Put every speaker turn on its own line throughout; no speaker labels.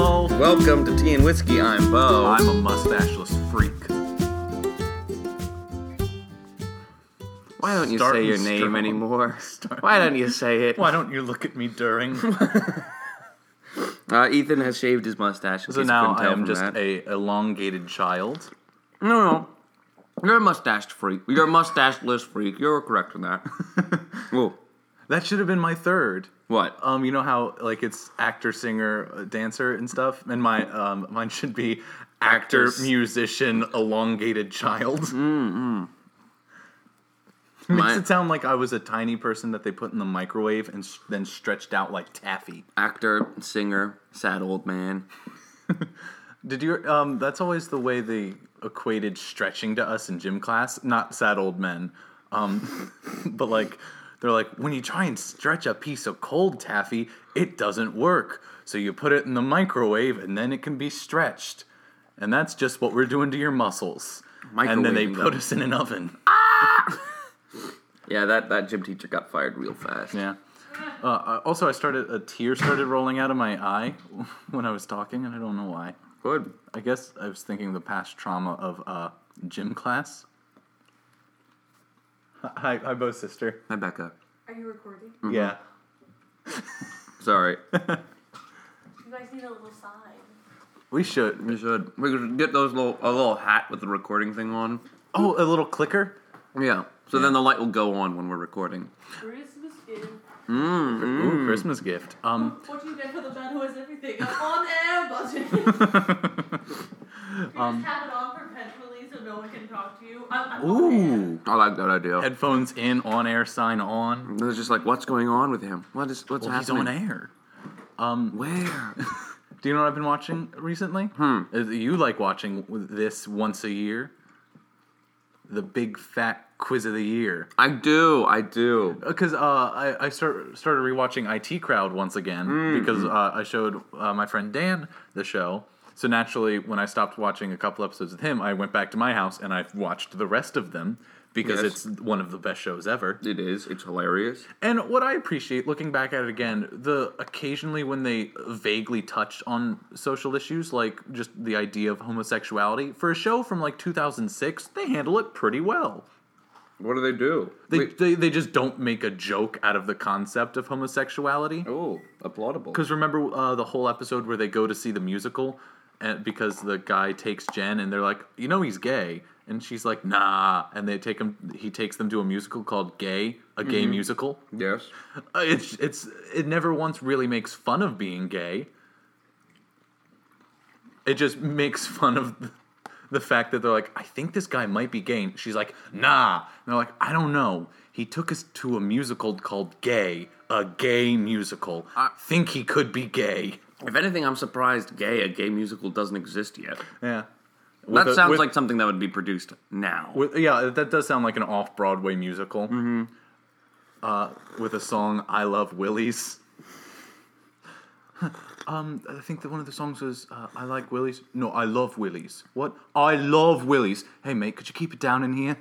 Welcome to Tea and Whiskey. I'm Bo.
I'm a mustacheless freak.
Why don't you
Starting
say your name
strong.
anymore? Why don't you say it?
Why don't you look at me during?
Uh, Ethan has shaved his mustache. in
so
case you
now
couldn't
I
tell
am
from
just
that.
a elongated child.
no, no. You're a mustached freak. You're a mustacheless freak. You're correct in that. Whoa.
That should have been my third.
What?
Um, you know how like it's actor, singer, uh, dancer, and stuff, and my um, mine should be actor,
Actors.
musician, elongated child. Makes
My
it sound like Mm, I was a tiny person that they put in the microwave and s- then stretched out like taffy.
actor, singer, sad old man.
Did you? Um, that's always the way they equated stretching to us in gym class. Not sad old men, um, but like they're like when you try and stretch a piece of cold taffy, it doesn't work. So you put it in the microwave, and then it can be stretched, and that's just what we're doing to your muscles. And then they
Microwaving
put
them.
us in an oven.
Yeah, that, that gym teacher got fired real fast.
Yeah. Uh, I- also, I started a tear started rolling out of my eye when I was talking, and I don't know why.
Good.
I guess I was thinking the past trauma of uh, gym class. Hi, hi, Bo's sister.
Hi, Becca.
Are you recording?
Mm.
Yeah.
Sorry.
You guys need a little sign.
We should.
We should we should get those little a little hat with the recording thing on.
Oh, a little clicker?
Yeah. So then the light will go on when we're recording.
Christmas gift.
Mm-hmm.
Ooh, Christmas gift. Um,
What you get for the man who has everything? An on air button.
Um,
you just have it on perpetually so no one can talk to you. I'm, I'm on air.
ooh.
I like that idea.
Headphones in, on air, sign on.
It's just like, what's going on with him? What is what's
Well, he's
happening?
on air.
Where?
Do you know what I've been watching recently? Hmm. You like watching this once a year? The big fat quiz of the year.
I do, I do.
because uh, I, I start, started rewatching IT Crowd once again
Mm-hmm.
because uh, I showed uh, my friend Dan the show. So naturally, when I stopped watching a couple episodes with him, I went back to my house and I watched the rest of them because
Yes.
it's one of the best shows ever.
It is. It's hilarious.
And what I appreciate looking back at it again, the occasionally when they vaguely touched on social issues like just the idea of homosexuality for a show from like 2006, they handle it pretty well.
What do they do?
They,
Wait.
they, they just don't make a joke out of the concept of homosexuality.
oh, applaudable.
Because remember uh, the whole episode where they go to see the musical and because the guy takes Jen and they're like, you know, he's gay. And she's like, nah. And they take him, he takes them to a musical called Gay, a gay musical.
yes.
Uh, it's, it's, it never once really makes fun of being gay. It just makes fun of the, the fact that they're like, I think this guy might be gay. And she's like, nah. And they're like, I don't know. He took us to a musical called Gay, a gay musical. I think he could be gay.
If anything, I'm surprised gay a gay musical doesn't exist yet.
Yeah.
That
With a-
sounds
with-
like something that would be produced now.
with- yeah, that does sound like an off Broadway musical. Mm-hmm. Uh, with a song "I Love Willies." um, I think that one of the songs was uh, "I Like Willies." No, "I Love Willies." What? I love Willies. Hey, mate, could you keep it down in here?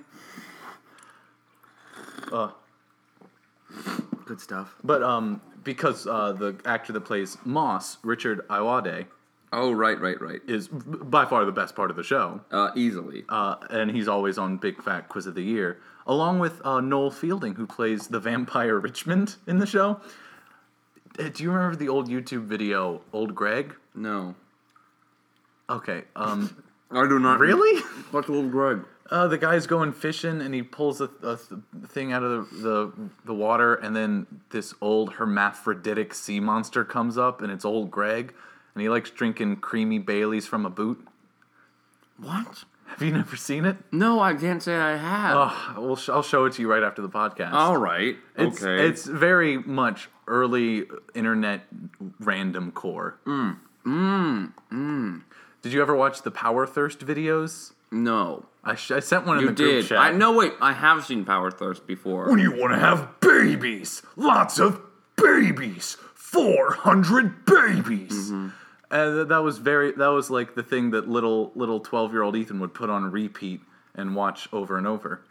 Good stuff.
But um, because uh, the actor that plays Moss, Richard Iwade,
Oh, right, right, right.
is b- by far the best part of the show.
Uh, easily.
uh, and he's always on Big Fat Quiz of the Year, along with uh, Noel Fielding, who plays the vampire Richmond in the show. Uh, Do you remember the old YouTube video, Old Greg?
no.
Okay, um,
I do not.
really?
What's old Greg?
Uh, the guy's going fishing and he pulls a, a th- thing out of the, the the water, and then this old hermaphroditic sea monster comes up, and it's Old Greg, and he likes drinking creamy Baileys from a boot.
What?
Have you never seen it?
No, I can't say I have.
Oh, we'll sh- I'll show it to you right after the podcast.
All right.
It's,
okay.
it's very much early internet random core. Mm. Mm. Mm.
Mm.
Did you ever watch the Power Thirst videos?
no.
I, sh- I sent one
You
in the group
did.
chat.
I no wait. I have seen Power Thirst before.
You want to have babies, lots of babies, four hundred babies. Mm-hmm. And th- that was very. That was like the thing that little little twelve year old Ethan would put on repeat and watch over and over.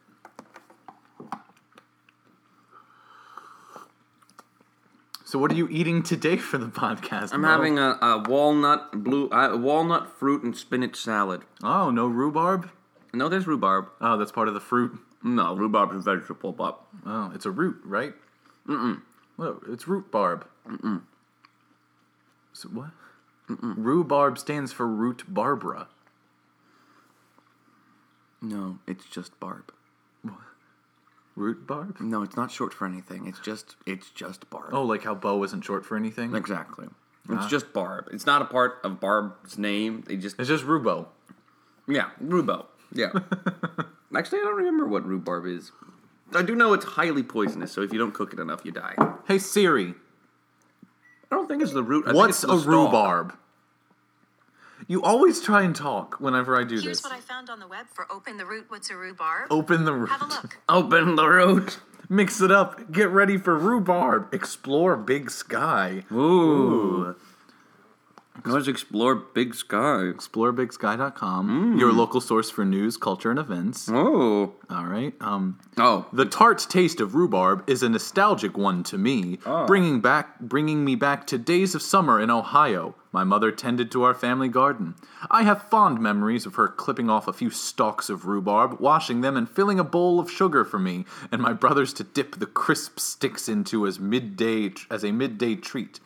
So what are you eating today for the podcast?
I'm
Mo?
having a, a walnut blue uh, walnut fruit and spinach salad.
Oh, no rhubarb?
No, there's rhubarb.
Oh, that's part of the fruit.
No, rhubarb is vegetable, but
Oh, it's a root, right? Mm-mm. Well, it's root barb. Mm-mm. So what? Mm-mm. Rhubarb stands for root Barbara.
no, it's just barb.
Root barb?
No, it's not short for anything. It's just it's just barb.
Oh, Ah. like how Bo isn't short for anything?
exactly. It's just barb. It's not a part of Barb's name. They just
it's just Rubo.
yeah, rhubarb. Yeah. Actually, I don't remember what rhubarb is. I do know it's highly poisonous, so if you don't cook it enough, you die. I
Hey Siri,
don't think it's the root. I think
what's
it's the
a
stalk.
rhubarb? You always try and talk whenever I do
Here's
this.
what I found on the web for Open the Root. What's a rhubarb? Oh.
Open the root.
Have a look.
Open the root.
Mix it up. Get ready for rhubarb. Explore Big Sky.
Ooh. Let's explore Big Sky.
explorebigsky.com, your local source for news, culture, and events.
Oh.
All right. Um,
Oh.
the tart taste of rhubarb is a nostalgic one to me, bringing back bringing me back to days of summer in Ohio. My mother tended to our family garden. I have fond memories of her clipping off a few stalks of rhubarb, washing them, and filling a bowl of sugar for me and my brothers to dip the crisp sticks into as midday as a midday treat.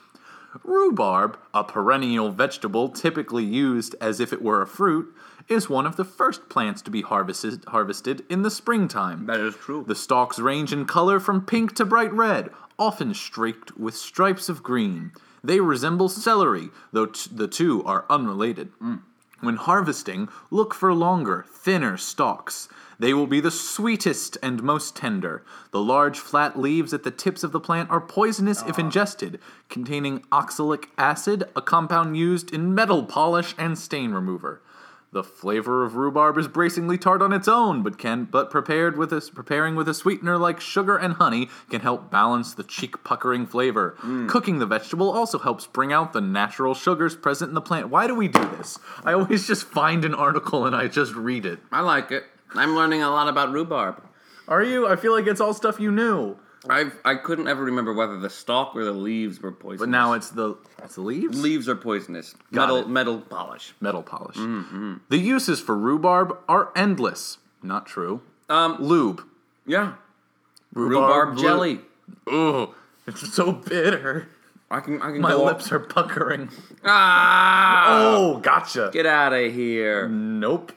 Rhubarb, a perennial vegetable typically used as if it were a fruit, is one of the first plants to be harvested, harvested in the springtime.
That is true.
The stalks range in color from pink to bright red, often streaked with stripes of green. They resemble celery, though t- the two are unrelated. Mm. When harvesting, look for longer, thinner stalks. They will be the sweetest and most tender. The large, flat leaves at the tips of the plant are poisonous if ingested, containing oxalic acid, a compound used in metal polish and stain remover. The flavor of rhubarb is bracingly tart on its own, but can but prepared with a, preparing with a sweetener like sugar and honey can help balance the cheek puckering flavor. Cooking the vegetable also helps bring out the natural sugars present in the plant. Why do we do this? I always just find an article and I just read it.
I like it. I'm learning a lot about rhubarb.
Are you? I feel like it's all stuff you knew.
I've I couldn't ever remember whether the stalk or the leaves were poisonous.
But now it's the it's the leaves.
leaves are poisonous.
Got
metal
it.
metal polish.
Metal polish. The uses for rhubarb are endless. Not true.
Um
Lube.
yeah.
Rhubarb,
Rhubarb
lu-
jelly.
Ugh, it's so bitter.
I can I can
My
go all-
lips are puckering.
Ah
Oh, Mm. gotcha.
Get out of here.
Nope.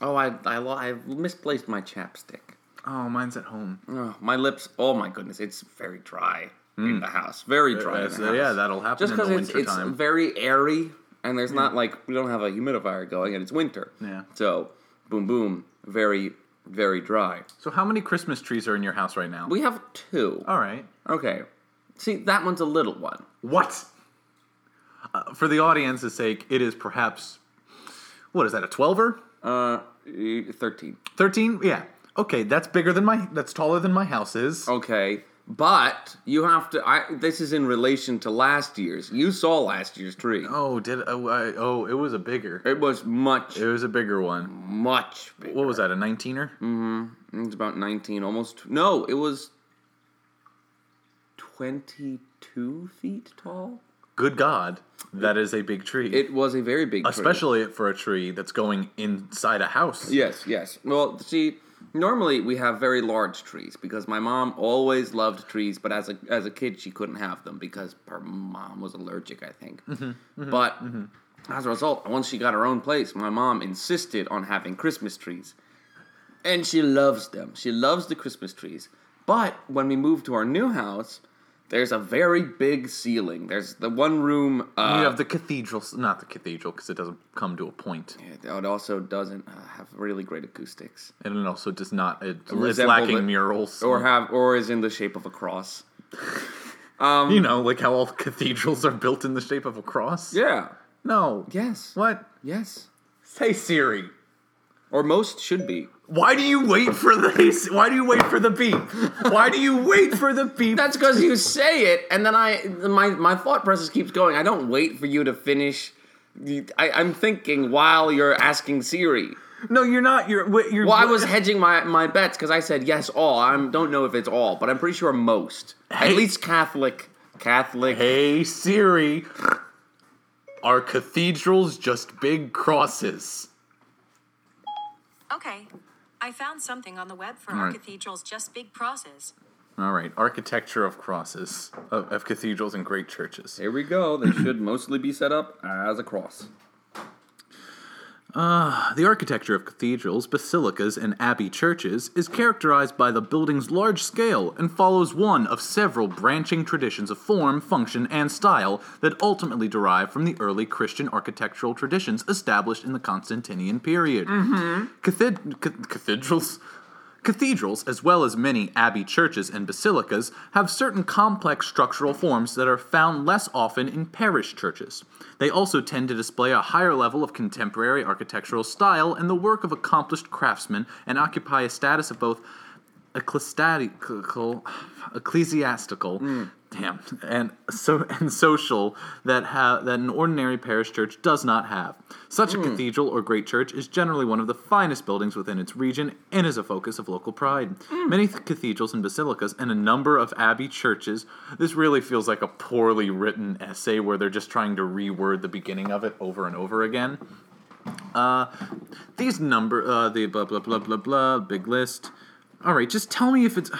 Oh I I, lo- I misplaced my chapstick.
Oh, mine's at home.
Oh, my lips oh my goodness, it's very dry in the house. Very dry.
Hmm.
in
Uh,
the
so
house.
yeah, that'll happen
just
in the
because it's,
winter
it's
time.
very airy and there's not like we don't have a humidifier going and it's winter
Yeah.
so boom boom very very dry
so how many Christmas trees are in your house right now?
we have two
All right.
okay see that one's a little one
What? Uh, for the audience's sake, it is perhaps what is that a twelver?
uh e- 13
Thirteen? Yeah. Okay, that's bigger than my. That's taller than my house is.
okay but you have to i this is in relation to last year's you saw last year's tree
Oh, did oh, I, oh it was a bigger.
it was much
It was a bigger one.
much bigger.
What was that? A nineteener?
it's about 19 almost no it was 22 feet tall
Good God, that is a big tree.
It was a very big, tree.
especially for a tree that's going inside a house.
Yes, yes. Well, see, normally we have very large trees because my mom always loved trees, but as a as a kid she couldn't have them because her mom was allergic, I think.
Mm-hmm,
but as a result, once she got her own place, my mom insisted on having Christmas trees, and she loves them. She loves the Christmas trees. But when we moved to our new house. There's a very big ceiling. There's the one room. Uh,
You have the cathedral, not the cathedral, because it doesn't come to a point,
It it also doesn't uh, have really great acoustics,
and it also does not. It, it's
Resemble
lacking
the-
murals,
or have, or is in the shape of a cross. um,
you know, like how all cathedrals are built in the shape of a cross.
Yeah.
No.
Yes.
What?
Yes.
Say Siri.
Or most should be.
Why do you wait for the? Why do you wait for the beep? Why do you wait for the beep?
That's because you say it, and then I, my, my thought process keeps going. I don't wait for you to finish you- I, I'm thinking while you're asking Siri.
No, you're not. You're. wait, you're
Well, I was hedging my, my bets because I said yes, all. I don't know if it's all, but I'm pretty sure most.
Hey.
At least Catholic. Catholic.
Hey Siri, are cathedrals just big crosses?
Okay. I found something on the web for
All
our
right.
cathedrals, just big crosses.
All right, architecture of crosses of, of cathedrals and great churches.
Here we go. They should mostly be set up as a cross.
The architecture of cathedrals, basilicas, and abbey churches is characterized by the building's large scale and follows one of several branching traditions of form, function, and style that ultimately derive from the early Christian architectural traditions established in the Constantinian period. Cathed- ca- cathedrals? Cathedrals, as well as many abbey churches and basilicas, have certain complex structural forms that are found less often in parish churches. They also tend to display a higher level of contemporary architectural style and the work of accomplished craftsmen and occupy a status of both ecclesiastical, ecclesiastical, damn, and so and social that ha- that an ordinary parish church does not have. Such a cathedral or great church is generally one of the finest buildings within its region and is a focus of local pride. Many th- cathedrals and basilicas and a number of abbey churches. This really feels like a poorly written essay where they're just trying to reword the beginning of it over and over again. Uh, These number, uh, the blah blah blah blah blah, big list. All right, just tell me if it's.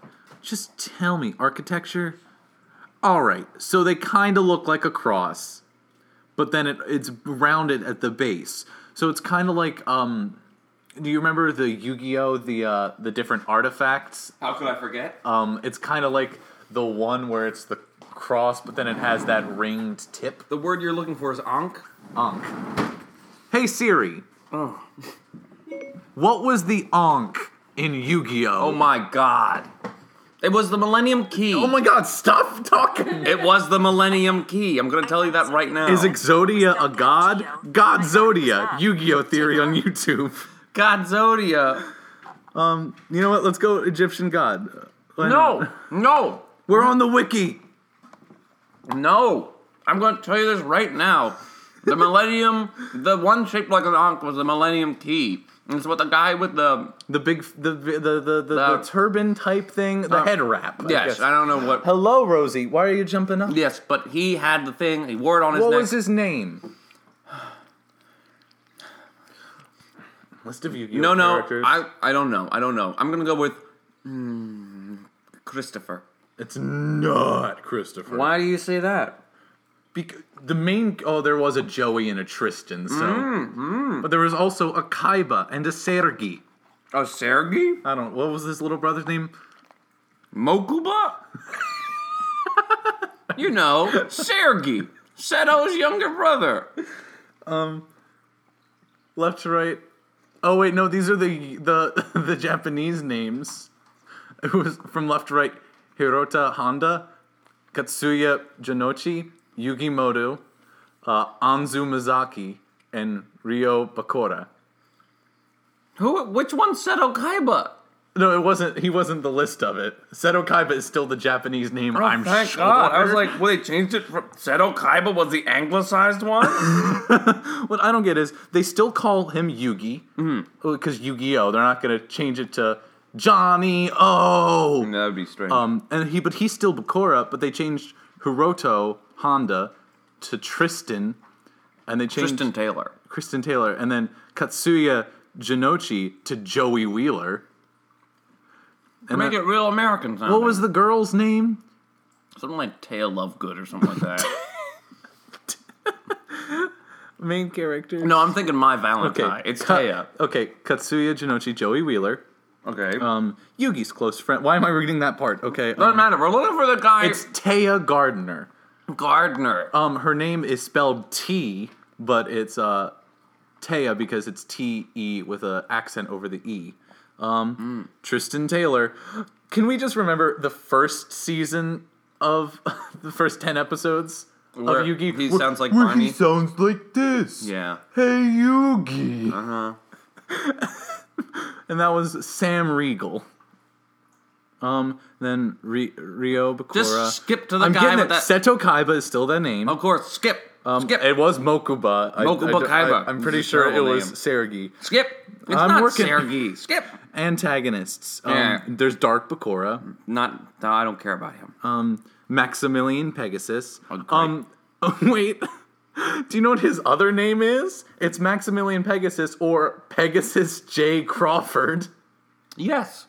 Just tell me architecture. All right, so they kind of look like a cross, but then it, it's rounded at the base. So it's kind of like um, do you remember the Yu-Gi-Oh the uh, the different artifacts?
How could I forget?
Um, it's kind of like the one where it's the cross, but then it has that ringed tip.
the word you're looking for is onk.
Onk. Hey Siri.
Oh.
What was the onk in Yu-Gi-Oh?
Oh my god. It was the Millennium Key.
Oh my god, stop talking!
It was the Millennium Key. I'm gonna tell you that right now.
Is Exodia a god? God Zodia, Yu Gi Oh! theory on YouTube.
God Zodia?
Um, you know what? Let's go Egyptian god.
No, no,
We're on the wiki!
no. I'm gonna tell you this right now. The Millennium, the one shaped like an onk was the Millennium Key. It's what the guy with the
The big, the the the, the, the,
Uh,
turban type thing, the
uh,
head wrap. I
yes,
guess.
I don't know what.
Hello, Rosie. Why are you jumping up?
Yes, but he had the thing. He wore it on his
what
neck.
was his name? List of Yu-Gi-Oh!
no, no,
characters.
I, I don't know. I don't know. I'm gonna go with hmm, Christopher.
It's not Christopher.
do you say that?
Bec- the main oh, there was a Joey and a Tristan, so but there was also a Kaiba and a Sergi.
Oh, Sergey
I don't. What was this little brother's name?
Mokuba. you know, Sergey, Seto's younger brother.
Left to right. Oh wait, no, these are the the the Japanese names. It was from left to right: Hirota Honda, Katsuya Janochi, Yugi Moto, uh, Anzu Mizaki, and Ryo Bakura.
Who? Which one? Seto Kaiba.
No, it wasn't. He wasn't the list of it. Seto Kaiba is still the Japanese name. I'm
Thank
sure.
God. I was like, well, they changed it from Seto Kaiba was the anglicized one.
What I don't get is they still call him Yugi
Mm-hmm.
because Yu-Gi-Oh. They're not gonna change it to Johnny O.
that would be strange.
Um, and he, but he's still Bakura. But they changed Hiroto Honda to Tristan, and they changed
Tristan Taylor.
Kristen Taylor, and then Katsuya Jinochi to Joey Wheeler. And
Make
then-
it real American. Sounding.
what was the girl's name?
something like Tail Lovegood or something like that?
Main character.
no, I'm thinking my
okay,
Valentine. It's
Ka-
Taya.
Okay, Katsuya Jinochi, Joey Wheeler.
Okay.
Um, Yugi's close friend. Why am I reading that part? Okay, um,
Doesn't matter. We're looking for the guy
It's Taya Gardner.
Gardner.
Um, her name is spelled T, but it's uh, Taya because it's T E with an accent over the E. Um, Tristan Taylor. Can we just remember the first season of the first ten episodes
Where
of Yugi?
he
Where-
sounds like
where
Barney?
He sounds like this.
yeah.
Hey Yugi. Uh huh.
Uh-huh.
and that was Sam Regal. Um, then Ri- Rio Bakura.
Just skip to the
I'm
guy
getting
with
it.
that-
Seto Kaiba is still their name.
Of course, skip.
Um,
Skip.
It was Mokuba. I- I,
Mokuba Kaiba
am
is
pretty
his
sure it
terrible
was
name.
Sergi.
Skip. It's
I'm
not
working.
Sergei. Skip.
Antagonists. Um,
Yeah.
There's Dark Bakura,
Not. No, I don't care about
Uh,
him.
Maximilian Pegasus.
Oh, great.
um, wait. Do you know what his other name is? It's Maximilian Pegasus or Pegasus J. Crawford.
yes.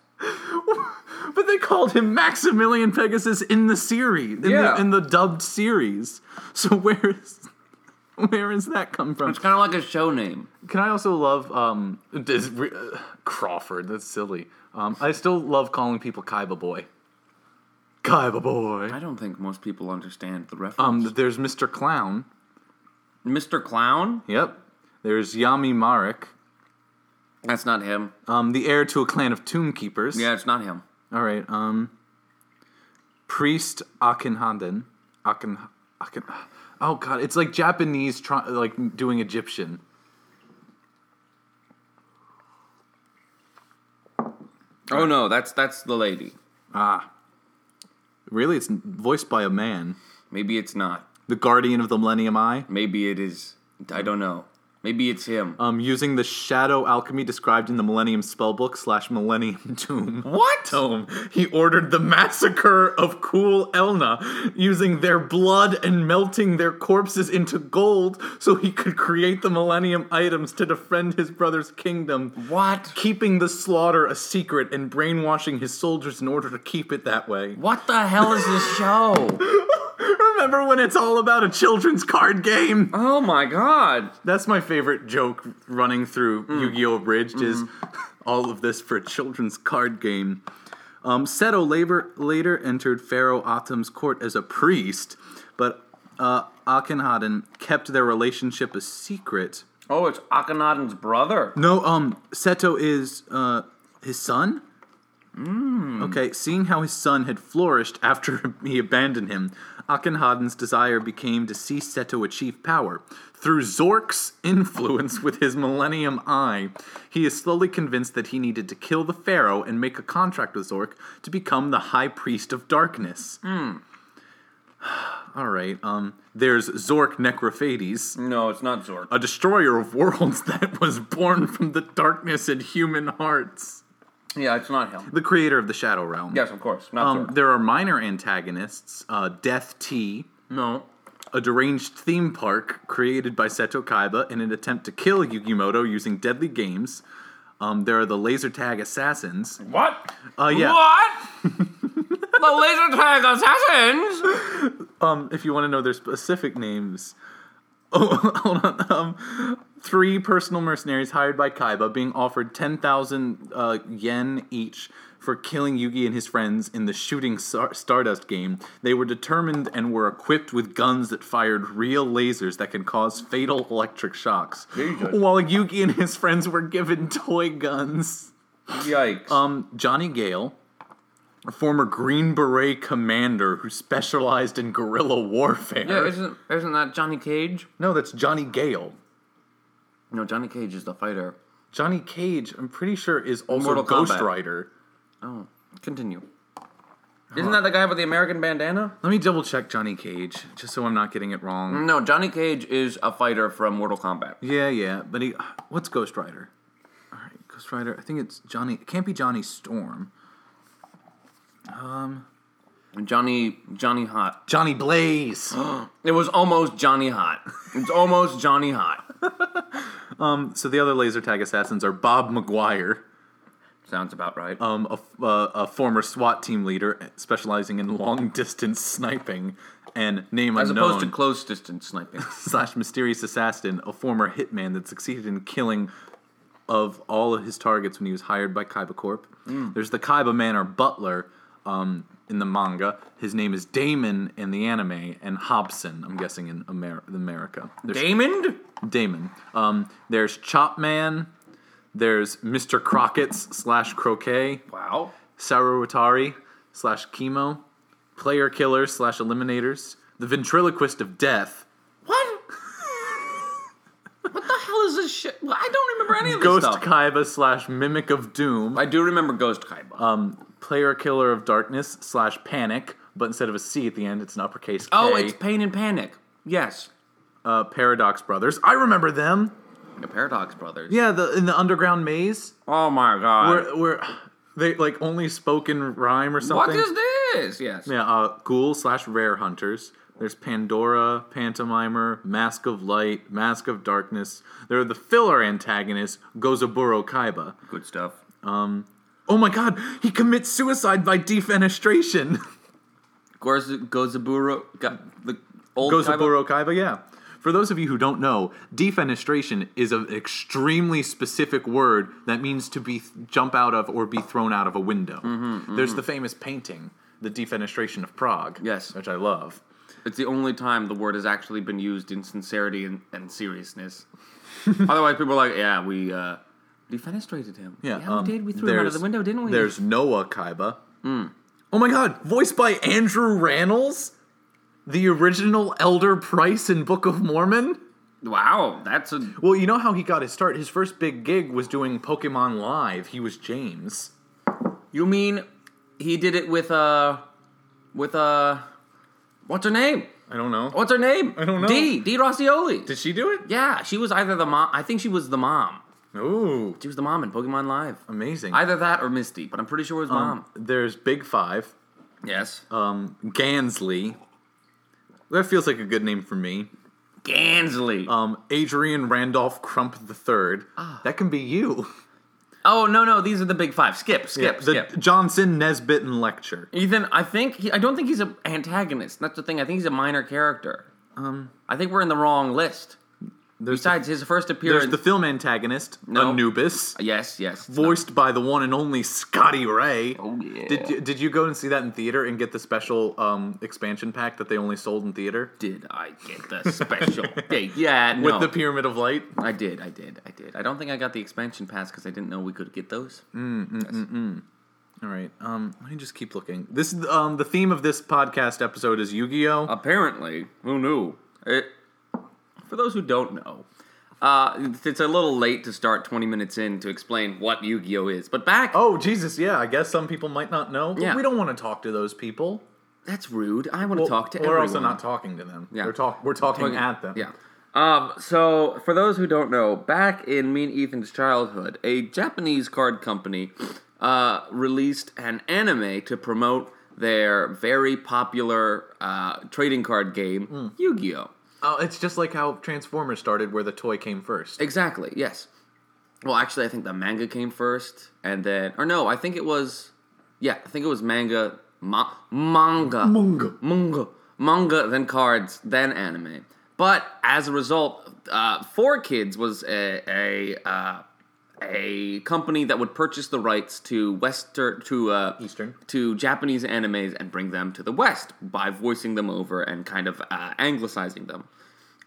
But they called him Maximilian Pegasus in the series, in,
Yeah.
the, in the dubbed series. So where is where is that come from?
It's kind of like a show name.
Can I also love um this, uh, Crawford? That's silly. Um, I still love calling people Kaiba boy. Kaiba boy.
I don't think most people understand the reference.
Um, there's Mr. Clown.
Mr. Clown.
Yep. There's Yami Marek.
That's not him.
Um, the heir to a clan of tomb keepers.
Yeah, it's not him.
All right. Um, priest Akinhanden. Akin Akin. Oh God, it's like Japanese, try, like doing Egyptian.
Oh no, that's that's the lady.
Ah. Really, it's voiced by a man.
Maybe it's not.
The guardian of the Millennium Eye.
Maybe it is. I don't know. Maybe it's him.
Um, using the shadow alchemy described in the Millennium Spellbook slash Millennium Tomb.
what?
Tome. He ordered the massacre of Cool Elna, using their blood and melting their corpses into gold so he could create the Millennium items to defend his brother's kingdom.
What?
Keeping the slaughter a secret and brainwashing his soldiers in order to keep it that way.
What the hell is this show?
Remember when it's all about a children's card game?
oh my god.
That's my favorite joke running through Yu-Gi-Oh! Abridged is all of this for a children's card game. Um, Seto labor, later entered Pharaoh Atum's court as a priest, but uh, Akhenaten kept their relationship a secret.
Oh, it's Akhenaten's brother.
No, um, Seto is uh, his son? Okay, seeing how his son had flourished after he abandoned him, Akhenaten's desire became to see Seto achieve power. Through Zork's influence with his Millennium Eye, he is slowly convinced that he needed to kill the Pharaoh and make a contract with Zork to become the High Priest of Darkness. All right, um, there's Zork Necrophades
No, it's not Zork.
a destroyer of worlds that was born from the darkness in human hearts.
yeah, it's not him.
The creator of the Shadow Realm.
Yes, of course. Not
Um,
Zork.
there are minor antagonists uh, Death T,
No.
a deranged theme park created by Seto Kaiba in an attempt to kill Yugimoto using deadly games. Um, there are the laser tag assassins.
What?
Uh, yeah.
What? the laser tag assassins?
Um, if you want to know their specific names, oh, hold on. Um, three personal mercenaries hired by Kaiba being offered 10,000 uh, yen each for killing Yugi and his friends in the shooting star- Stardust game. They were determined and were equipped with guns that fired real lasers that could cause fatal electric shocks.
Jesus.
While Yugi and his friends were given toy guns.
Yikes.
Um, Johnny Gale, a former Green Beret commander who specialized in guerrilla warfare.
yeah, isn't isn't that Johnny Cage?
no, that's Johnny Gale.
No, Johnny Cage is the fighter.
Johnny Cage, I'm pretty sure, is also
Mortal
Ghost
Kombat.
Rider.
Oh, continue. Isn't that the guy with the American bandana?
Let me double check Johnny Cage, just so I'm not getting it wrong.
No, Johnny Cage is a fighter from Mortal Kombat.
Yeah, yeah, but he. uh, What's Ghost Rider? All right, Ghost Rider. I think it's Johnny. It can't be Johnny Storm.
Johnny Johnny Hot.
Johnny Blaze.
It was almost Johnny Hot. It's almost Johnny Hot.
so the other laser tag assassins are Bob McGuire.
Sounds about right.
um, a, uh, a former SWAT team leader specializing in long distance sniping, and name
As
unknown
opposed to close distance sniping.
slash mysterious assassin, a former hitman that succeeded in killing of all of his targets when he was hired by Kaiba Corp. There's the Kaiba man or butler um, in the manga. His name is Damon in the anime, and Hobson, I'm guessing, in Amer- America. There's
Damon?
Damon. Um, there's Chop Man. There's Mr. Crockett's slash croquet.
Wow.
Saruwatari slash chemo, player killer slash eliminators, the ventriloquist of death,
What? what the hell is this shit? Well, I don't remember any of this
ghost
stuff.
kaiba slash mimic of doom,
I do remember Ghost Kaiba.
Um, player killer of darkness slash panic, but instead of a C at the end, it's an uppercase K.
oh, it's Pain and Panic. Yes.
uh, Paradox Brothers. I remember them.
The Paradox Brothers.
Yeah, the in the underground maze
Oh my god.
where where they like only spoke in rhyme or
What
something.
is this? Yes.
Yeah, uh, ghoul slash rare hunters. There's Pandora, Pantomimer, Mask of Light, Mask of Darkness. There are the filler antagonists, Gozaburo Kaiba.
Good stuff.
Oh my god, he commits suicide by defenestration.
Gorz- Gozaburo got the old
Gozaburo Kaiba, yeah. For those of you who don't know, defenestration is an extremely specific word that means to be jump out of or be thrown out of a window. There's the famous painting, The Defenestration of Prague.
Yes.
Which I love.
It's the only time the word has actually been used in sincerity and, and seriousness. Otherwise, people are like, yeah, we uh, defenestrated him.
Yeah,
we
um,
did. We threw him out of
there's-
the window, didn't we?
There's Noah Kaiba. Oh my god, voiced by Andrew Rannells, the original Elder Price in Book of Mormon.
Wow, that's a.
Well, you know how he got his start? His first big gig was doing Pokemon Live. He was James.
You mean he did it with uh, with uh, what's her name?
I don't know.
What's her name?
I don't know.
D. D. Rossioli.
Did she do it?
yeah, she was either the mom. I think she was the mom.
Ooh,
She was the mom in Pokemon Live.
amazing.
Either that or Misty, but I'm pretty sure it was mom. Uh,
Um, there's Big Five,
Yes.
um, Gansley. That feels like a good name for me.
Gansley.
Um, Adrian Randolph Crump III.
Ah.
That can be you.
oh no, no, these are the big five. Skip, skip,
the
skip.
Johnson Nesbitt and Lecture.
Ethan, I think he, I don't think he's an antagonist. That's the thing. I think he's a minor character.
Um,
I think we're in the wrong list.
there's
Besides his first
the, there's
appearance.
the film antagonist
No.
Anubis,
yes, yes.
voiced by the one and only Scotty Ray.
Oh, yeah.
Did you, did you go and see that in theater and get the special um, expansion pack that they only sold in theater
Did I get the special? day? yeah, no.
with the Pyramid of Light?
I did, I did, I did. I don't think I got the expansion pass because I didn't know we could get those.
Mm, All right, um, let me just keep looking. This is, um, the theme of this podcast episode is Yu-Gi-Oh.
Uh, Apparently, who knew? It, for those who don't know, uh, it's a little late to start 20 minutes in to explain what Yu Gi Oh is. But back.
oh Jesus, yeah. I guess some people might not know. but
Yeah.
we don't want to talk to those people.
That's rude. I want to talk to
we're
everyone.
also not talking to them.
Yeah.
We're talk we're talking,
Talking-
at them.
Yeah. Um, so, for those who don't know, back in me and Ethan's childhood, a Japanese card company uh, released an anime to promote their very popular uh, trading card game,
Hmm.
Yu Gi Oh!
Oh, it's just like how Transformers started, where the toy came first.
Exactly, yes. Well, actually, I think the manga came first, and then, or no, I think it was, yeah, I think it was manga, ma- manga,
Manga.
manga, manga, then cards, then anime. But as a result, uh, Four Kids was a a, uh, a company that would purchase the rights to Western to uh,
Eastern.
to Japanese animes and bring them to the West by voicing them over and kind of uh, anglicizing them.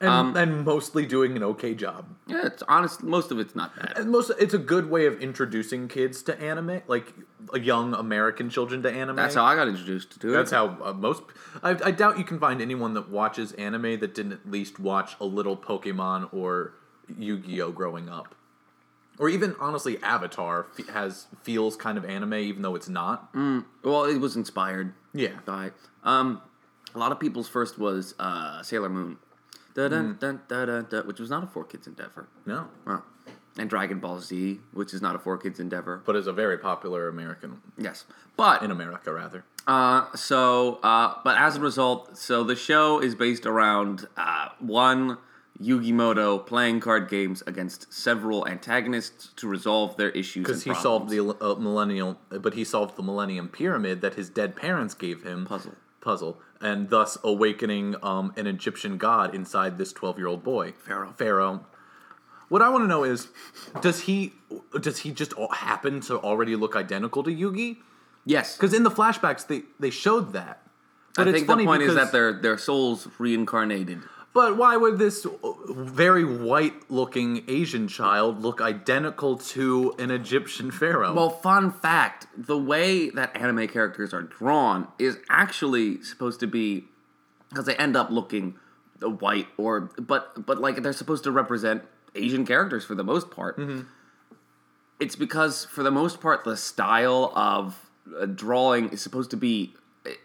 And,
um,
and mostly doing an okay job.
Yeah, it's honest. Most of it's not bad.
And most, it's a good way of introducing kids to anime, like uh, young American children to anime.
That's how I got introduced to it.
That's how uh, most. I, I doubt you can find anyone that watches anime that didn't at least watch a little Pokemon or Yu Gi Oh growing up, or even honestly Avatar f- has feels kind of anime, even though it's not.
Well, it was inspired
Yeah.
by. Um, a lot of people's first was uh, Sailor Moon, da
Mm.
dun dun da dun da, which was not a four kids endeavor.
No,
Wow. And Dragon Ball Z, which is not a four kids endeavor.
but is a very popular American
Yes, but
in America rather.
Uh, so, uh, but as a result, so the show is based around uh, one Yugimoto playing card games against several antagonists to resolve their issues.
because he
and
solved
problems.
the uh, millennial, but he solved the Millennium Pyramid that his dead parents gave him
Puzzle.
puzzle, and thus awakening um, an Egyptian god inside this twelve-year-old boy,
Pharaoh.
Pharaoh. What I want to know is, does he does he just all happen to already look identical to Yugi?
yes.
Because in the flashbacks they they showed that. But
I
it's
think
funny
the point
because,
is that their their souls reincarnated.
But why would this uh, very white-looking Asian child look identical to an Egyptian pharaoh?
Well, fun fact: the way that anime characters are drawn is actually supposed to be because they end up looking uh, white or but but like they're supposed to represent Asian characters for the most part. It's because for the most part the style of uh, drawing is supposed to be,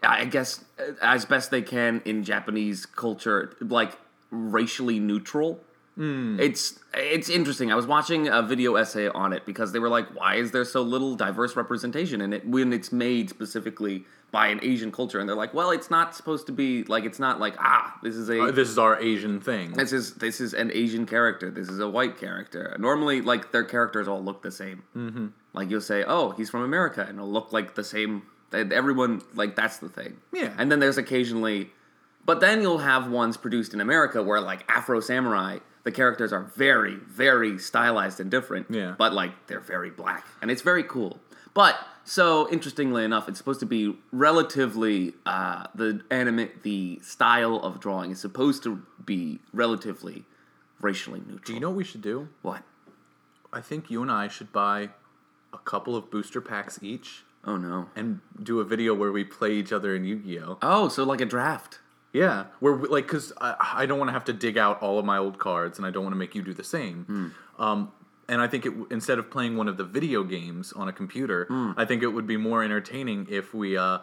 I I guess, uh, as best they can in Japanese culture, like racially neutral. It's it's interesting. I was watching a video essay on it because they were like, "Why is there so little diverse representation in it when it's made specifically by an Asian culture?" And they're like, "Well, it's not supposed to be like it's not like ah, this is a
Uh, This is our Asian thing.
this is this is an Asian character. This is a white character. Normally, like their characters all look the same. Mm-hmm. Like you'll say, "Oh, he's from America," and it'll look like the same. and Everyone like that's the thing.
Yeah.
And then there's occasionally, but then you'll have ones produced in America where like Afro Samurai, the characters are very, very stylized and different.
Yeah.
But like they're very black, and it's very cool. But so interestingly enough, it's supposed to be relatively uh, the anime, the style of drawing is supposed to be relatively racially neutral.
Do you know what we should do?
what?
I think you and I should buy a couple of booster packs each
Oh no!
and do a video where we play each other in Yu-Gi-Oh.
Oh, so like a draft.
Yeah, where we, like because I, I don't want to have to dig out all of my old cards, and I don't want to make you do the
Hmm.
same. Um, and I think it w- instead of playing one of the video games on a computer,
Hmm.
I think it would be more entertaining if we uh,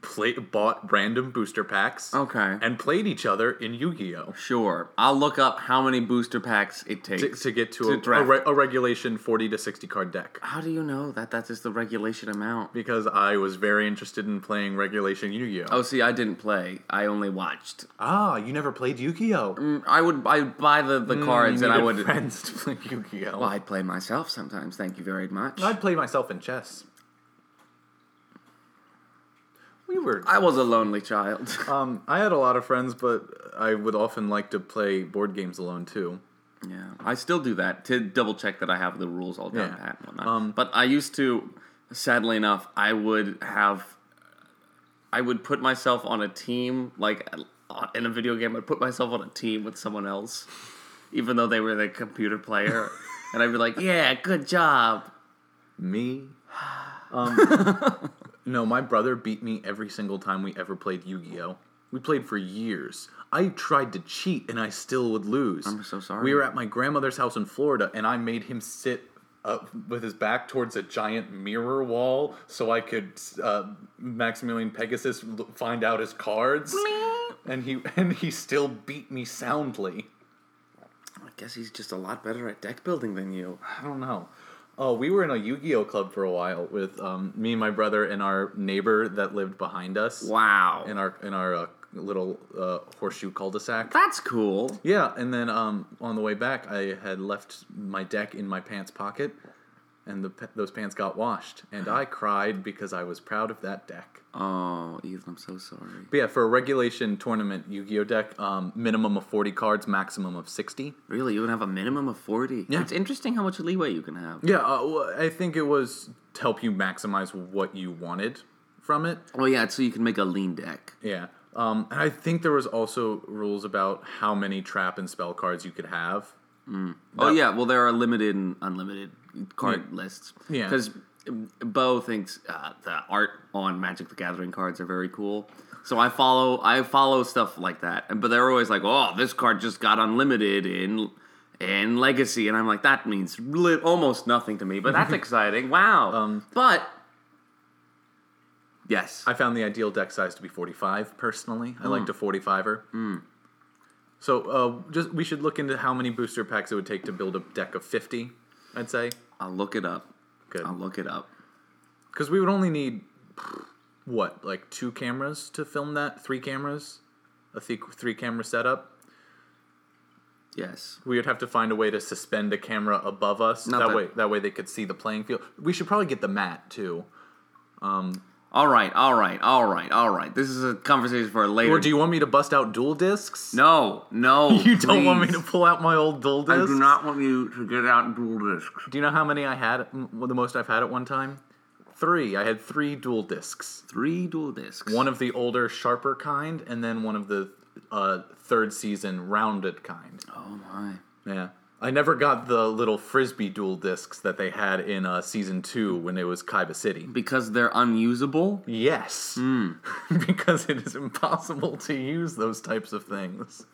play bought random booster packs,
Okay.
and played each other in Yu-Gi-Oh
Sure, I'll look up how many booster packs it takes
to, to get to,
To
a, a,
draft.
re- a regulation forty to sixty card deck.
How do you know that that's just the regulation amount?
Because I was very interested in playing regulation Yu-Gi-Oh.
Oh, see, I didn't play. I only watched. Um,
Ah, you never played Yu-Gi-Oh.
I would I would buy the, the cards and I
Mm, Needed
would
friends to play Yu-Gi-Oh.
well, I'd play myself sometimes. Thank you very much.
I'd play myself in chess. We were.
I was a lonely child.
Um, I had a lot of friends, but I would often like to play board games alone too.
Yeah, I still do that to double check that I have the rules all down
Yeah.
pat and whatnot.
Um,
but I used to, sadly enough, I would have, I would put myself on a team like uh, in a video game. I'd put myself on a team with someone else, even though they were the computer player, and I'd be like, "Yeah, good job."
Me. Um, no, my brother beat me every single time we ever played Yu Gi Oh. We played for years. I tried to cheat and I still would lose. I'm
so sorry.
We were at my grandmother's house in Florida and I made him sit up with his back towards a giant mirror wall so I could uh, Maximilian Pegasus l- find out his cards. and he and he still beat me soundly.
I guess he's just a lot better at deck building than you.
I don't know. Oh, we were in a Yu-Gi-Oh club for a while with um, me and my brother and our neighbor that lived behind us.
Wow,
In our in our uh, little uh, horseshoe cul-de-sac.
that's cool.
yeah, and then um, on the way back, I had left my deck in my pants pocket, and the pa- those pants got washed, and I cried because I was proud of that deck.
Oh, Ethan, I'm so sorry.
But yeah, for a regulation tournament Yu-Gi-Oh deck, um, minimum of forty cards, maximum of sixty.
Really, you would have a minimum of forty.
Yeah.
it's interesting how much leeway you can have.
Yeah, uh, well, I think it was to help you maximize what you wanted from it.
Oh yeah, it's so you can make a lean deck.
Yeah. Um, and I think there was also rules about how many trap and spell cards you could have.
Oh yeah, well there are limited and unlimited card lists.
Yeah.
because Bo thinks uh, the art on Magic the Gathering cards are very cool. So I follow I follow stuff like that, and but they're always like, oh, this card just got unlimited in in Legacy, and I'm like, that means li- almost nothing to me, but that's exciting. Wow.
Um,
but yes,
I found the ideal deck size to be 45 personally. I liked a 45er. So uh, just we should look into how many booster packs it would take to build a deck of 50, I'd say.
I'll look it up.
Good.
I'll look it up.
Because we would only need, what, like two cameras to film that? Three cameras? A th- three camera setup?
Yes.
We would have to find a way to suspend a camera above us.
Not
that,
that-
way, that way they could see the playing field. We should probably get the mat too.
All right. All right. All right. All right. This is a conversation for a later.
Or do you want me to bust out dual discs?
No, no.
you don't want me to
please.
pull out my old dual
I
discs.
do not want you to get out dual discs.
Do you know how many I had? m- well, The most I've had at one time, three. I had three dual discs.
Three dual discs.
One of the older, sharper kind, and then one of the uh, third season rounded kind.
Oh my.
Yeah. I never got the little frisbee dual discs that they had in uh, season two when it was Kaiba City.
Because they're unusable.
Yes, because it is impossible to use those types of things.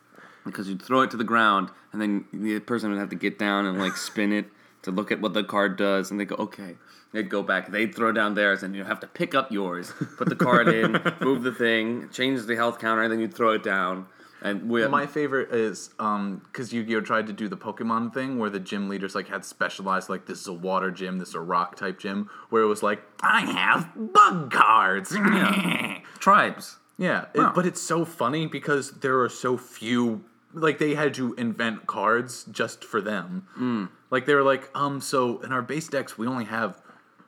Because you'd throw it to the ground, and then the person would have to get down and like spin it to look at what the card does, and they go, okay. They'd go back. They'd throw down theirs, and you'd have to pick up yours, put the card in, move the thing, change the health counter, and then you'd throw it down. And we
My favorite is um because Yu-Gi-Oh tried to do the Pokemon thing where the gym leaders like had specialized like this is a water gym, this is a rock type gym, where it was like I have bug cards. Yeah,
tribes.
it- but it's so funny because there are so few. Like they had to invent cards just for them. Like they were like, um, so in our base decks we only have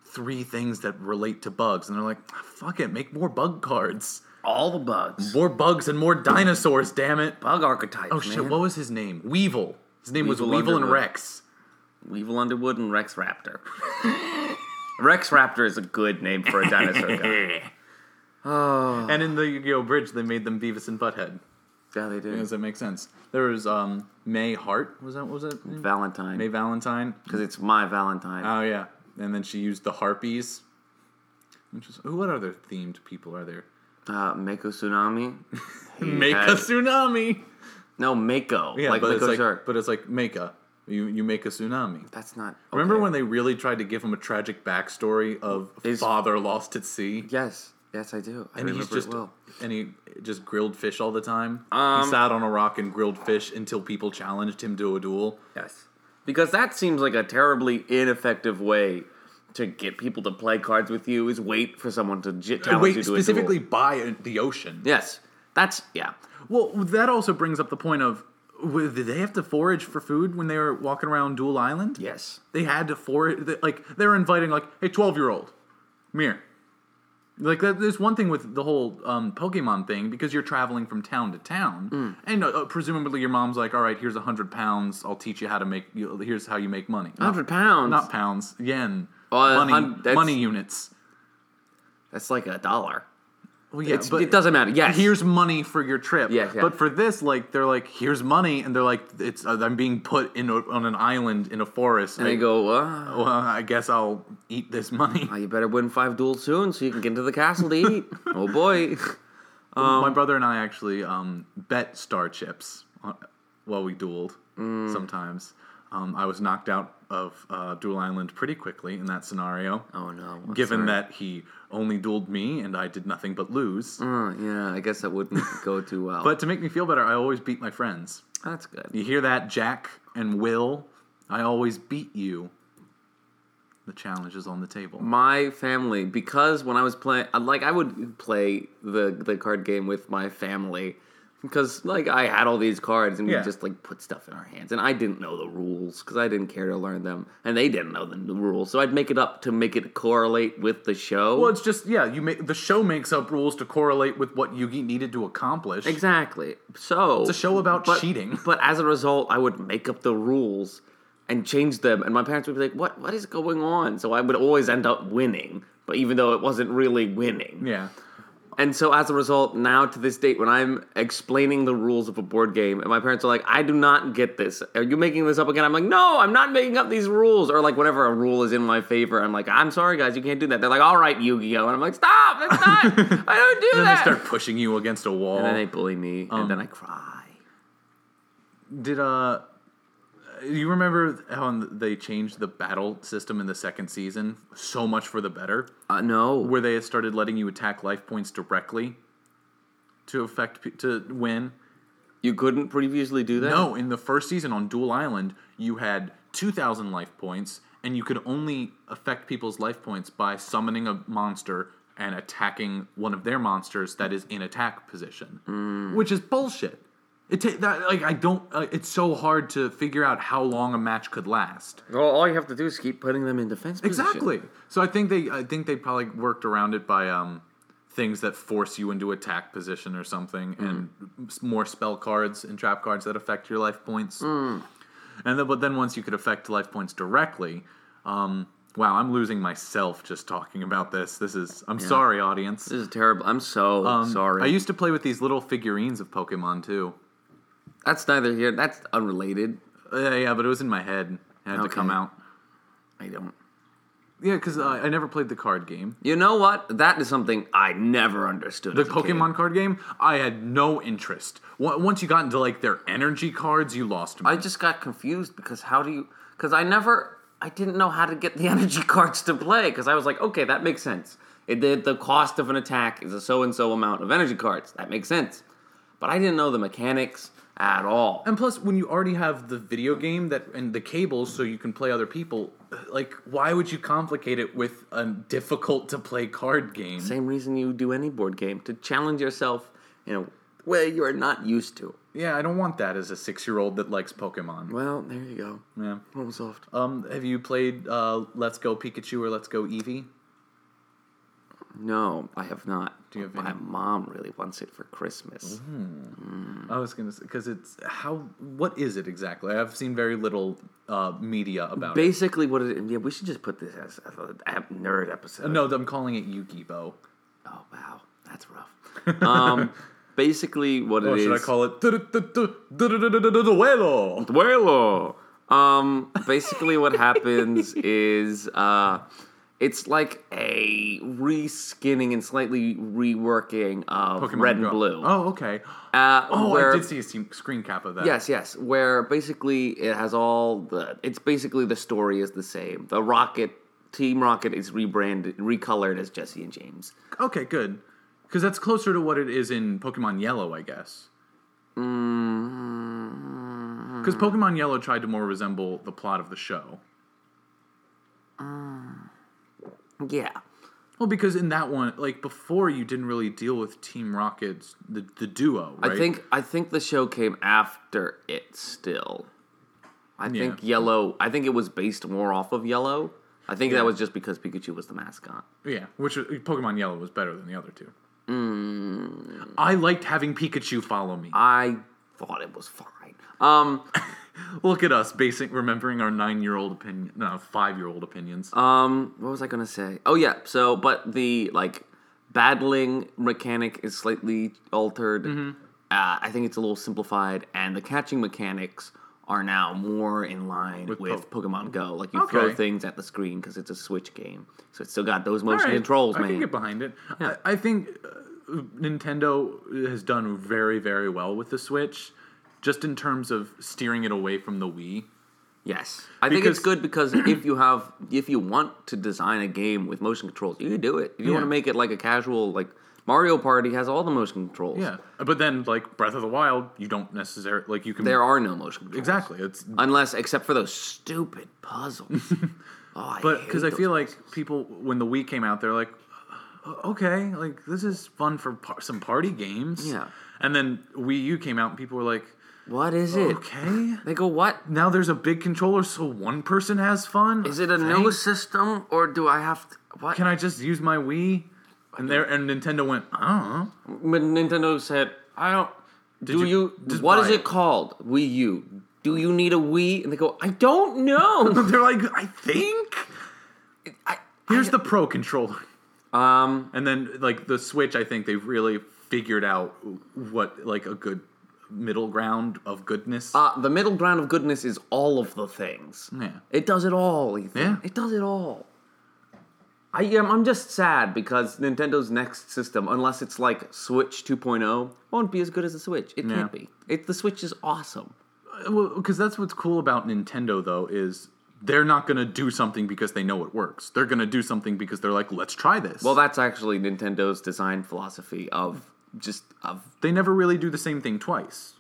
three things that relate to bugs, and they're like, fuck it, make more bug cards,
All the bugs.
more bugs and more dinosaurs, damn it.
Bug archetypes.
Oh shit! What was his name? Weevil. His name was
Weevil
Weevil and
Underwood.
Rex.
Weevil Underwood and Rex Raptor. Rex Raptor is a good name for a dinosaur guy.
And in the Yu-Gi-Oh Bridge, they made them Beavis and Butthead.
Yeah, they do.
Does that make sense? There was um, May Hart. Was that what was it?
Valentine.
May Valentine.
Because it's my Valentine.
Oh yeah. And then she used the harpies. Which is who? What other themed people are there? Ah.
Uh, Mako Tsunami.
Make
had-
a tsunami.
No, Mako.
Yeah,
like
but
Mako
it's like,
Shark.
but it's like make a. You you make a tsunami.
That's not.
Remember
okay.
when they really tried to give him a tragic backstory of
His-
father lost at sea?
Yes. Yes, I do. I
and
remember
he's just
it well.
and he just grilled fish all the time.
Um,
he sat on a rock and grilled fish until people challenged him to a duel.
Yes. Because that seems like a terribly ineffective way to get people to play cards with you is wait for someone to j- challenge you
Wait,
to a duel.
specifically by the ocean.
Yes. That's yeah.
Well, that also brings up the point of w- did they have to forage for food when they were walking around Duel Island?
Yes.
they had to forage. they- Like they were inviting like hey, twelve year old, come here. Like that, there's one thing with the whole um, Pokemon thing because you're traveling from town to town,
Mm.
and uh, presumably your mom's like, "All right, here's a hundred pounds. I'll teach you how to make. You, here's how you make money. Not-
Hundred pounds.
not pounds, yen,
Uh,
money,
hun- that's-
money units.
That's like a dollar.
Well, yeah,
It's- it doesn't matter. Yes.
here's money for your trip.
Yeah, yeah.
But for this, like, they're like, here's money, and they're like, it's uh, I'm being put in a, on an island in a forest.
And
I,
they go, uh,
well, I guess I'll eat this money.
Oh, you better win five duels soon so you can get into the castle to eat. oh boy. Um,
My brother and I actually um, bet star chips on, while we dueled
Mm.
sometimes. Um, I was knocked out of uh, Duel Island pretty quickly in that scenario. um,
Oh no. I'm
Given
sorry.
that he only dueled me and I did nothing but lose.
Uh, yeah, I guess that wouldn't go too well.
But to make me feel better, I always beat my friends.
that's good.
You hear that, Jack and Will? I always beat you. The challenge is on the table.
my family because when I was playing, like I would play the the card game with my family because like I had all these cards and
Yeah.
we just like put stuff in our hands and I didn't know the rules because I didn't care to learn them and they didn't know the n- rules so I'd make it up to make it correlate with the show.
Well, it's just yeah. You make the show makes up rules to correlate with what Yugi needed to accomplish.
exactly. So it's
a show about cheating.
but as a result, I would make up the rules and change them and my parents would be like, "What? What is going on?" So I would always end up winning, but even though it wasn't really winning.
Yeah.
And so as a result, now to this date, when I'm explaining the rules of a board game, and my parents are like, I do not get this. Are you making this up again? I'm like, no, I'm not making up these rules. Or like, whenever a rule is in my favor, I'm like, I'm sorry, guys, you can't do that. They're like, all right, Yu Gi Oh! And I'm like, stop, that's not, I don't do
Then they
that.
start Um. pushing you against a wall.
and then they bully me, and then I cry.
Did uh, you remember how they changed the battle system in the second season so much for the better,
Uh, no.
where they started letting you attack life points directly to affect pe- to win?
you couldn't previously do that?
No, in the first season on Duel Island, you had 2,000 life points, and you could only affect people's life points by summoning a monster and attacking one of their monsters that is in attack position, which is bullshit. It ta- that, like I don't. Uh, it's so hard to figure out how long a match could last.
Well, all you have to do is keep putting them in defense position.
Exactly. So I think they. I think they probably worked around it by um, things that force you into attack position or something,
Mm.
and s- more spell cards and trap cards that affect your life points.
Mm.
And then, but then once you could affect life points directly, um, wow, I'm losing myself just talking about this. This is. I'm sorry, audience.
This is terrible. I'm so sorry.
I used to play with these little figurines of Pokemon too.
That's neither here. That's unrelated.
Uh, yeah, but it was in my head. It had to
Okay.
come out.
I don't.
Yeah, because uh, I never played the card game.
You know what? That is something I never understood.
The
as a kid.
Pokemon card game, I had no interest. Wa- Once you got into like their energy cards, you lost me.
I just got confused because how do you? Because I never, I didn't know how to get the energy cards to play. Because I was like, okay, that makes sense. It, the, the cost of an attack is a so and so amount of energy cards. That makes sense. but I didn't know the mechanics at all.
And plus, when you already have the video game that and the cables, so you can play other people, uh, like why would you complicate it with a difficult to play card game?
Same reason you do any board game to challenge yourself in a way you are not used to.
Yeah, I don't want that as a six year old that likes Pokemon.
Well, there you go.
Yeah.
Problem solved.
Um, have you played uh, Let's Go Pikachu or Let's Go Eevee?
No, I have not.
Do you have
My
any- Mm-hmm.
mom really wants it for Christmas.
I was gonna say because it's how what is it exactly? I've seen very little uh, media about it.
Basically, what it, yeah, we should just put this as a a nerd episode.
No, I'm calling it Yukibo.
Oh wow, that's rough. Um, basically, what
Or
it is.
should I call it duelo?
Duelo. Um, basically, what happens is uh, it's like a reskinning and slightly reworking of
Pokemon
Red and
Go.
Blue.
Oh, okay.
uh,
Oh,
where-
I did see a scene- screen cap of that.
Yes, yes. Where basically it has all the. It's basically the story is the same. The Rocket Team Rocket is rebranded, recolored as Jesse and James.
Okay, good. Because that's closer to what it is in Pokemon Yellow, I guess. Because Pokemon Yellow tried to more resemble the plot of the show.
Yeah.
Well, because in that one, like before, you didn't really deal with Team Rocket's the the duo. Right?
I think I think the show came after it still. I think
Yeah.
Yellow I think it was based more off of Yellow. I think that was just because Pikachu was the mascot.
yeah, which was- Pokemon Yellow was better than the other two. I liked having Pikachu follow me.
I thought it was fine. Um
Look at us, basic remembering our nine-year-old opinion, no, five-year-old opinions.
um what was I going to say? Oh yeah, so but the like battling mechanic is slightly altered.
Mm-hmm.
Uh, I think it's a little simplified and the catching mechanics are now more in line with,
Po-
Pokemon Go. Like you throw
Okay.
things at the screen because it's a Switch game, so it's still got those
All
motion
right,
controls,
I
man.
can get behind it. I, I think uh, Nintendo has done very, very well with the Switch, just in terms of steering it away from the Wii.
Yes, I think it's
Because-
good because if you have, if you want to design a game with motion controls, you can do it. If you want to
Yeah.
make it like a casual, like Mario Party has all the motion controls.
Yeah, but then like Breath of the Wild, you don't necessarily like you can
there are no motion controls
exactly. It's
unless except for those stupid puzzles. oh, I
but
because
because I feel like people when the Wii came out, they're like, "Uh, okay, like this is fun for par- some party games.
Yeah.
and then Wii U came out, and people were like,
what is it?
okay.
They go, what
Now there's a big controller, so one person has fun.
is it? A
Thanks.
new system or do I have to, what?
can I just use my Wii? And there, and Nintendo went, I don't know.
when Nintendo said, I don't. do
you-
you?
just
what
buy
is
it."
it called? Wii U. Do you need a Wii? And they go, I don't know.
They're like, I think
I,
here's the Pro controller,
um.
and then like the Switch. I think they've really figured out what like a good middle ground of goodness.
Uh, the middle ground of goodness is all of the things.
Yeah.
It does it all, Ethan.
Yeah.
It does it all. I am. I'm just sad because Nintendo's next system, unless it's like Switch 2.0, won't be as good as the Switch. It can't
Yeah.
be. It the Switch is awesome.
because that's what's cool about Nintendo though is they're not gonna do something because they know it works. They're gonna do something because they're like, let's try this.
Well, that's actually Nintendo's design philosophy of just of
they never really do the same thing twice.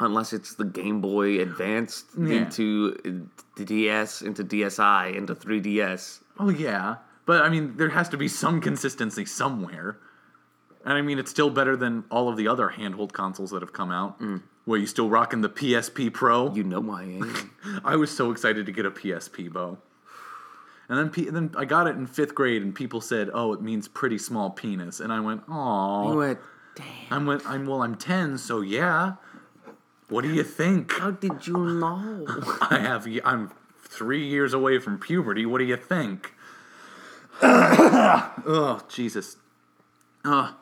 unless it's the Game Boy Advanced
Yeah.
into the DS into DSi into 3DS.
Oh yeah, but I mean, there has to be some consistency somewhere. And I mean, it's still better than all of the other handheld consoles that have come out. Where you still rocking the PSP Pro?
Mm. You know eh? my aim.
I was so excited to get a PSP Bo. And then, P- then I got it in fifth grade, and people said, "Oh, it means pretty small penis," and I went,
You
"Aw."
went, damn.
I went, "I'm well, I'm ten, so yeah." What do you think?
How did you know?
I have. I'm three years away from puberty. What do you think? oh Jesus. Oh,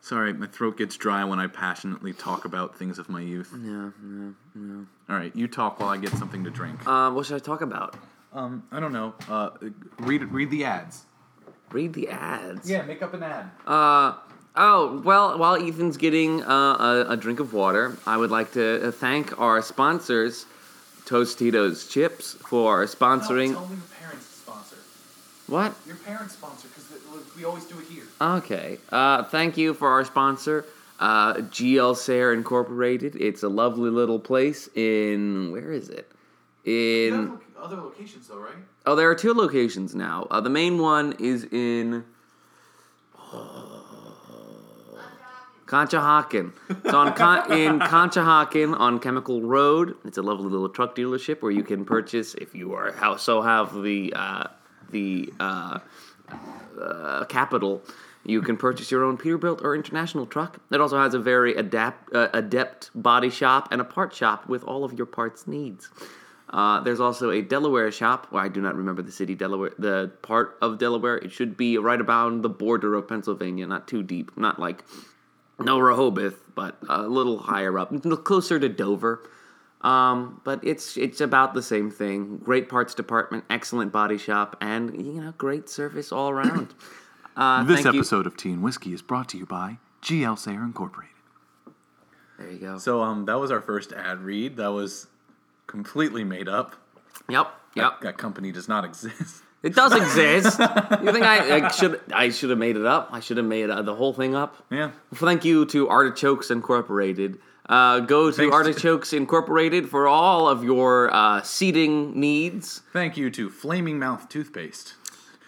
sorry. My throat gets dry when I passionately talk about things of my youth. Yeah, yeah, yeah. All right, you talk while I get something to drink.
Uh, what should I talk about?
Um, I don't know. Uh, read read the ads.
Read the ads.
make up an ad.
Uh, oh, well, while Ethan's getting uh, a, a drink of water, I would like to uh, thank our sponsors, Tostitos Chips, for sponsoring.
me your parents sponsor.
what?
Your parents sponsor because we always do it here.
Okay. Uh, thank you for our sponsor. Uh, GL Sair Incorporated. It's a lovely little place in where is it? In
other locations though, right?
Oh, there are two locations now. Uh, the main one is in Conshohocken. It's on Con- in Conshohocken on Chemical Road. It's a lovely little truck dealership where you can purchase if you are how so have the uh, the uh, uh, capital. You can purchase your own Peterbilt or international truck. It also has a very adapt, uh, adept body shop and a part shop with all of your parts needs. Uh, there's also a Delaware shop. Well, I do not remember the city Delaware, the part of Delaware. It should be right about the border of Pennsylvania, not too deep, not like no Rehoboth, but a little higher up, closer to Dover. Um, but it's it's about the same thing. Great parts department, excellent body shop, and you know, great service all around. Uh,
This
thank you-
episode of Tea and Whiskey is brought to you by GL Sayer Incorporated.
There you go.
So um, that was our first ad read. That was completely made up.
yep, yep.
That company does not exist.
It does exist. you think I, I should I should have made it up? I should have made uh, the whole thing up.
Yeah.
Thank you to Artichokes Incorporated. Uh, go to
Thanks to-
Artichokes Incorporated for all of your uh, seating needs.
Thank you to Flaming Mouth Toothpaste.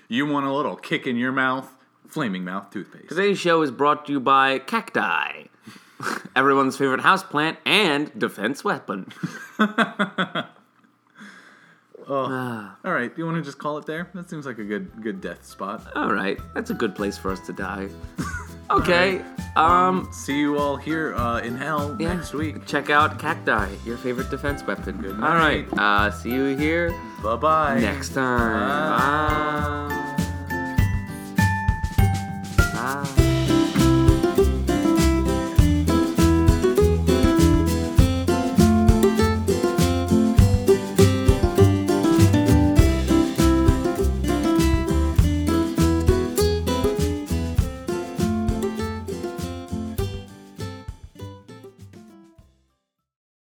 You want a little kick in your mouth? Flaming Mouth Toothpaste.
Today's show is brought to you by Cacti, everyone's favorite houseplant and defense weapon.
All right, do you want to just call it there? That seems like a good good death spot.
All right, that's a good place for us to die. Okay, um,
See you all here uh, in hell
yeah.
next week.
Check out Cacti, your favorite defense weapon.
Good
All right,
night.
uh, see you here
Bye bye.
next time. Bye.